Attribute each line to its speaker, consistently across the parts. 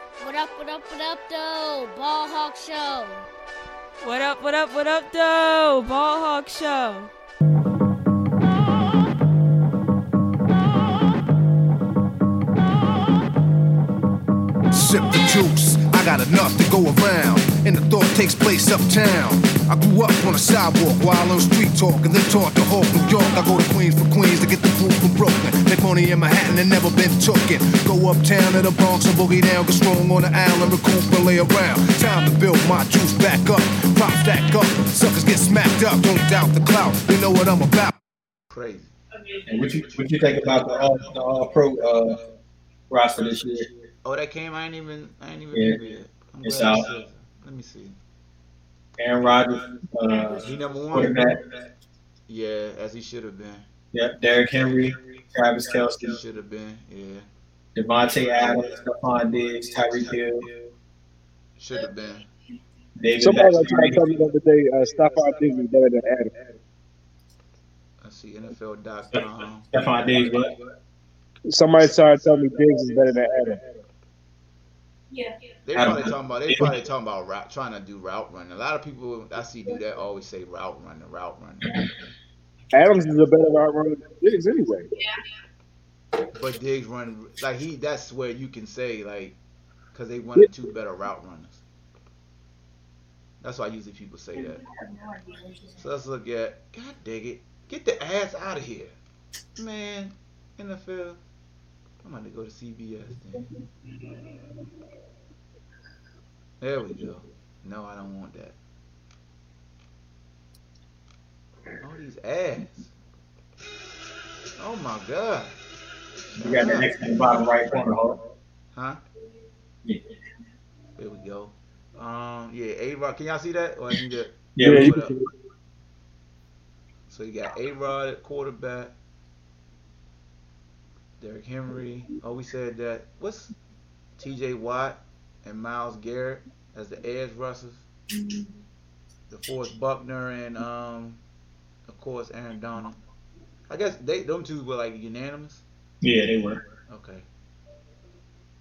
Speaker 1: up, what up, what up, though? Ball Hawk Show.
Speaker 2: What up, what up, what up, though? Ball Hawk Show.
Speaker 3: Sip the juice, I got enough to go around. And the thought takes place uptown. I grew up on a sidewalk while on street talk, and then taught to Hawk New York. I go to Queens for Queens to get the food from Brooklyn. They pony in Manhattan and never been tookin'. Go uptown to the Bronx and boogie down, get strong on the island, recoup and lay around. Time to build my juice back up, prop stack up. Suckers get smacked up, don't doubt the clout. You know what I'm about.
Speaker 4: Crazy.
Speaker 5: And what you what you think about the all the all pro uh, roster this year?
Speaker 4: Oh, that came. I ain't even. I ain't even
Speaker 5: Yeah.
Speaker 4: read it. I'm
Speaker 5: It's
Speaker 4: glad you
Speaker 5: out.
Speaker 4: said that. Let me see.
Speaker 5: Aaron Rodgers, uh,
Speaker 4: Is he number one?
Speaker 5: quarterback.
Speaker 4: Yeah, as he should have been.
Speaker 5: Yeah, Derrick Henry, Travis
Speaker 4: He
Speaker 5: Kelce,
Speaker 4: should have been. Yeah,
Speaker 5: Devontae Adams, Stephon Diggs, Tyreek Hill,
Speaker 4: should have been.
Speaker 5: David.
Speaker 6: Somebody was trying to tell
Speaker 5: Bakhtiari.
Speaker 6: me the other day, uh, Stephon Diggs is better than Adam.
Speaker 4: I see NFL.com.
Speaker 5: Stephon Diggs, what?
Speaker 6: Somebody tried to tell me Diggs is better than Adam.
Speaker 4: They
Speaker 5: I don't
Speaker 4: probably
Speaker 5: know.
Speaker 4: talking about. They probably talking about route, trying to do route running. A lot of people I see do that always say route running, route running.
Speaker 6: Adams is a better route runner than Diggs anyway.
Speaker 4: But Diggs run like he. That's where you can say like, because they one of two better route runners. That's why usually people say that. So let's look at. God dig it! Get the ass out of here, man. NFL. I'm gonna go to CBS then. There we go. No, I don't want that. All these ads. Oh my god.
Speaker 5: You got the next in the bottom right corner. Hold on.
Speaker 4: Huh?
Speaker 5: Yeah.
Speaker 4: There we go. Um, yeah, A Rod. Can y'all see that? Or I need to-
Speaker 5: Yeah,
Speaker 6: Yeah,
Speaker 5: we-
Speaker 6: you
Speaker 4: Hold
Speaker 6: can-
Speaker 4: up. So you got A Rod at quarterback. Derrick Henry. Oh, we said that. What's T.J. Watt and Miles Garrett as the edge rushers? The fourth Buckner and um, of course Aaron Donald. I guess they them two were like unanimous.
Speaker 5: yeah, they were.
Speaker 4: Okay.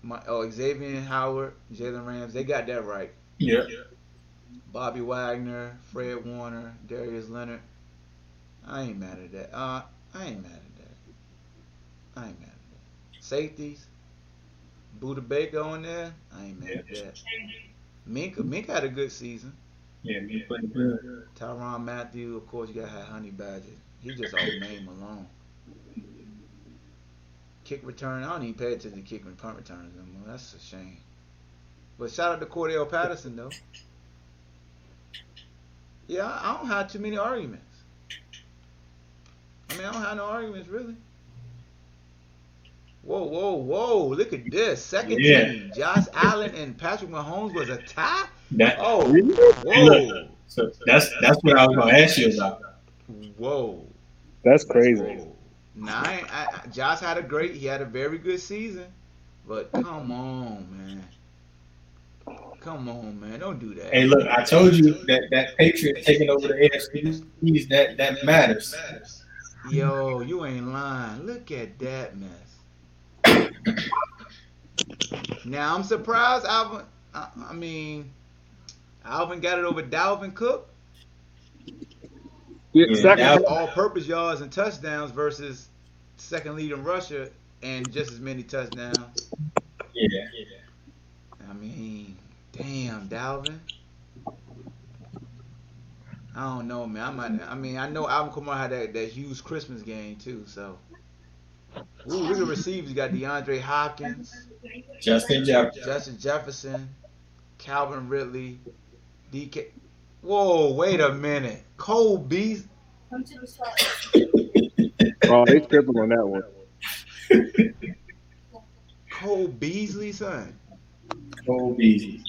Speaker 4: My oh Xavier Howard, Jalen Rams, they got that right.
Speaker 5: Yeah.
Speaker 4: Bobby Wagner, Fred Warner, Darius Leonard. I ain't mad at that. Uh, I ain't mad at that. I ain't mad at that. Safeties, Buda Baker on there. I ain't mad at that. Mink, Mink had a good season.
Speaker 5: Yeah, uh, me putting good.
Speaker 4: Tyron Matthew, of course, you got to have Honey Badger. He just all name alone. Kick return, I don't even pay attention to kick and punt returns no more. That's a shame. But shout out to Cordell Patterson though. Yeah, I I don't have too many arguments. I mean, I don't have no arguments really. Whoa, whoa, whoa! Look at this second
Speaker 5: Yeah.
Speaker 4: team. Josh Allen and Patrick Mahomes was a tie.
Speaker 5: That,
Speaker 4: Oh,
Speaker 5: Hey, look.
Speaker 4: whoa,
Speaker 5: so that's that's what I was gonna ask you about.
Speaker 4: whoa.
Speaker 6: That's crazy.
Speaker 4: Nah, I, ain't- I, I- Josh had a great. He had a very good season, but come on, man. Come on, man. Don't do that.
Speaker 5: Hey, look, I told you that that Patriot taking over the AFC East, that that matters.
Speaker 4: Yo, you ain't lying. Look at that mess. now I'm surprised Alvin. I, I mean, Alvin got it over Dalvin Cook.
Speaker 6: Yeah,
Speaker 5: Yeah,
Speaker 6: second-
Speaker 5: that-
Speaker 4: All-purpose yards and touchdowns versus second leading rusher and just as many touchdowns.
Speaker 5: Yeah.
Speaker 4: I mean, damn, Dalvin. I don't know, man. I might. I mean, I know Alvin Kamara had that, that huge Christmas game too. So, ooh, look at receivers. You got DeAndre Hopkins,
Speaker 5: Justin Jefferson.
Speaker 4: Justin Jefferson, Calvin Ridley, DK. Whoa, wait a minute. Cole Beast.
Speaker 6: Oh, they tripping on that one.
Speaker 4: Cole Beasley, son.
Speaker 5: Cole Beasley.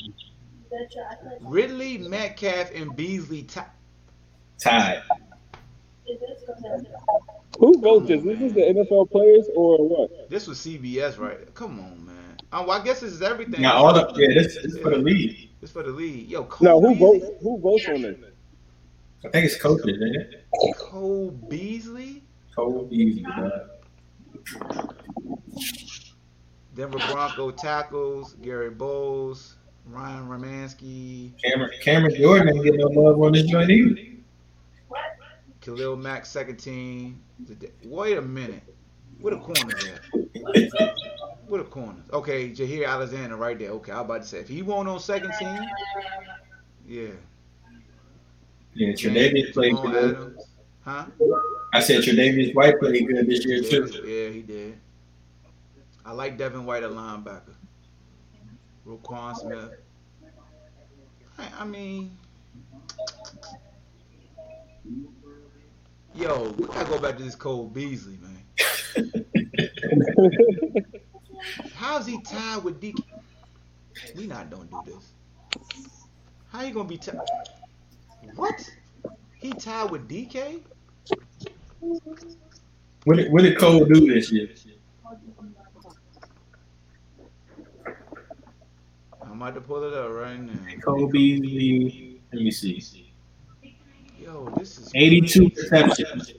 Speaker 4: Ridley, Metcalf, and Beasley. T-
Speaker 5: Tied.
Speaker 6: Who wrote this? Is this the NFL players or what?
Speaker 4: this was CBS, right? Come on, man. Oh, well, I guess this is everything.
Speaker 5: Now all the yeah, this, this is for the league.
Speaker 4: It's for the league. Yo, Cole
Speaker 6: No, who
Speaker 4: Beasley,
Speaker 6: votes? Who votes on this?
Speaker 5: I think it's coaches, isn't it?
Speaker 4: Cole Beasley?
Speaker 5: Cole Beasley, bro.
Speaker 4: Denver Bronco tackles, Gary Bowles, Michaels, Ryan Romansky,
Speaker 5: Cameron, Cameron Jordan ain't getting no love on this joint either.
Speaker 4: Khalil Mack, second team. The- Wait a minute. What a corner there. What a corner. Okay, Jaheer Alexander right there. Okay, I was about to say if he won't on second team, yeah.
Speaker 5: Yeah, Tre'Davious played
Speaker 4: Jamal
Speaker 5: good.
Speaker 4: Adams. Huh?
Speaker 5: I said Tre'Davious White played good this year
Speaker 4: Yeah,
Speaker 5: too.
Speaker 4: yeah, he did. I like Devin White at linebacker. Roquan Smith. I, I mean, yo, we gotta go back to this Cole Beasley, man. How's he tied with Deacon? We not don't do this. How you gonna be tied? What? He tied with DK?
Speaker 5: What did, what did Cole do this year?
Speaker 4: I'm about to pull it up right now.
Speaker 5: Cole Beasley, let me see,
Speaker 4: Yo, this is
Speaker 5: 82 receptions,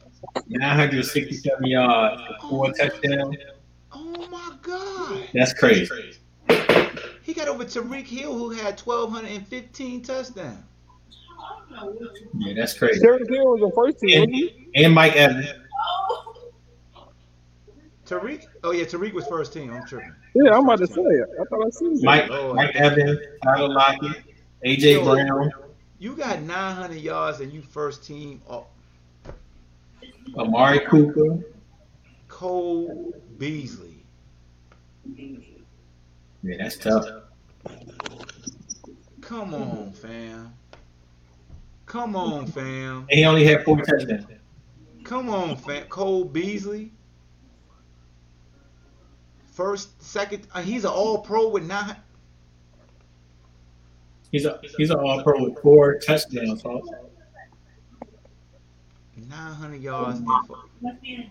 Speaker 5: 967 yards, four touchdowns.
Speaker 4: Oh my God.
Speaker 5: That's crazy.
Speaker 4: He got over Tariq Hill, who had 1,215 touchdowns.
Speaker 5: Yeah, that's crazy.
Speaker 6: Terrence Hill was the first team.
Speaker 5: And,
Speaker 6: wasn't he?
Speaker 5: and Mike Evans.
Speaker 4: Tariq? Oh, yeah, Tariq was first team. I'm tripping.
Speaker 6: Yeah, I'm about to say it. I thought I seen that.
Speaker 5: Mike, Mike Evans, Tyler Lockett, AJ Brown,
Speaker 4: You got 900 yards and you first team oh,
Speaker 5: Amari Cooper.
Speaker 4: Cole Beasley.
Speaker 5: Yeah, that's tough.
Speaker 4: Come on, fam. Come on, fam.
Speaker 5: And he only had four touchdowns.
Speaker 4: Come on, fam. Cole Beasley. First, second. Uh, he's an all pro with nine.
Speaker 5: He's a he's an all pro with four touchdowns. Huh?
Speaker 4: 900 yards. and four. Man,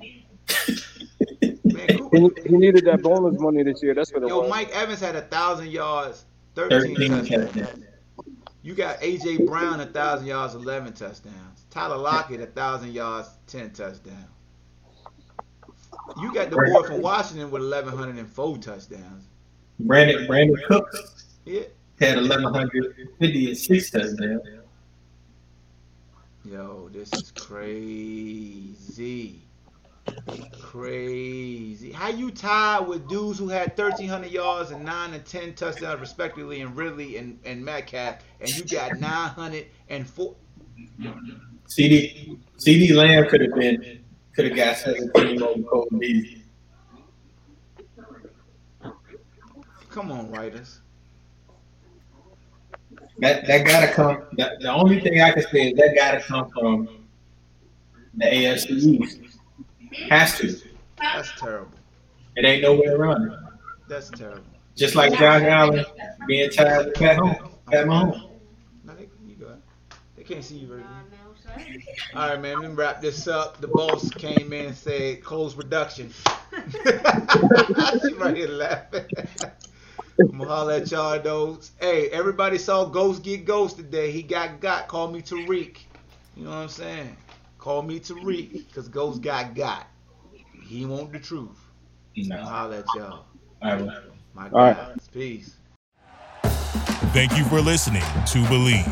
Speaker 4: Cooper,
Speaker 6: He, he needed that bonus money this year. That's what it
Speaker 4: Yo,
Speaker 6: was.
Speaker 4: Mike Evans had a thousand yards, thirteen,
Speaker 5: Thirteen
Speaker 4: touchdowns.
Speaker 5: touchdowns.
Speaker 4: You got AJ Brown a thousand yards, eleven touchdowns. Tyler Lockett a thousand yards, ten touchdowns. You got the boy from Washington with eleven hundred and four touchdowns.
Speaker 5: Brandon Brandon Cooks
Speaker 4: Yeah.
Speaker 5: had eleven hundred fifty and six touchdowns.
Speaker 4: Yo, this is crazy. Crazy. How you tied with dudes who had 1,300 yards and 9 and 10 touchdowns, respectively, and Ridley and, and Metcalf, and you got 904?
Speaker 5: CD CD Lamb could have been could have got seventeen over Cole Beasley.
Speaker 4: Come on, writers.
Speaker 5: That that gotta come. That, the only thing I can say is that gotta come from the AFC East. Has to.
Speaker 4: That's terrible.
Speaker 5: It ain't no way around it.
Speaker 4: That's terrible.
Speaker 5: Just like Josh Allen being tied with Pat Mahomes. Pat Mahomes.
Speaker 4: No, they, you got it. They can't see you very good. All right, man. Let me wrap this up. The boss came in and said, "Close production." I see right here laughing. I'm gonna holler at y'all though. Hey, everybody saw Ghost get Ghost today. He got got. Call me Tariq. You know what I'm saying? Call me Tariq, cause Ghost got got. He want the truth. I'm gonna
Speaker 5: No.
Speaker 4: holler at y'all.
Speaker 5: All right. well.
Speaker 4: My
Speaker 6: All right.
Speaker 4: God. Peace.
Speaker 7: Thank you for listening to Believe.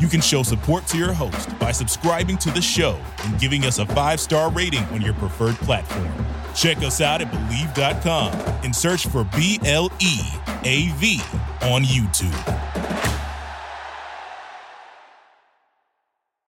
Speaker 7: You can show support to your host by subscribing to the show and giving us a five star rating on your preferred platform. Check us out at Believe.com and search for B L E A V on YouTube.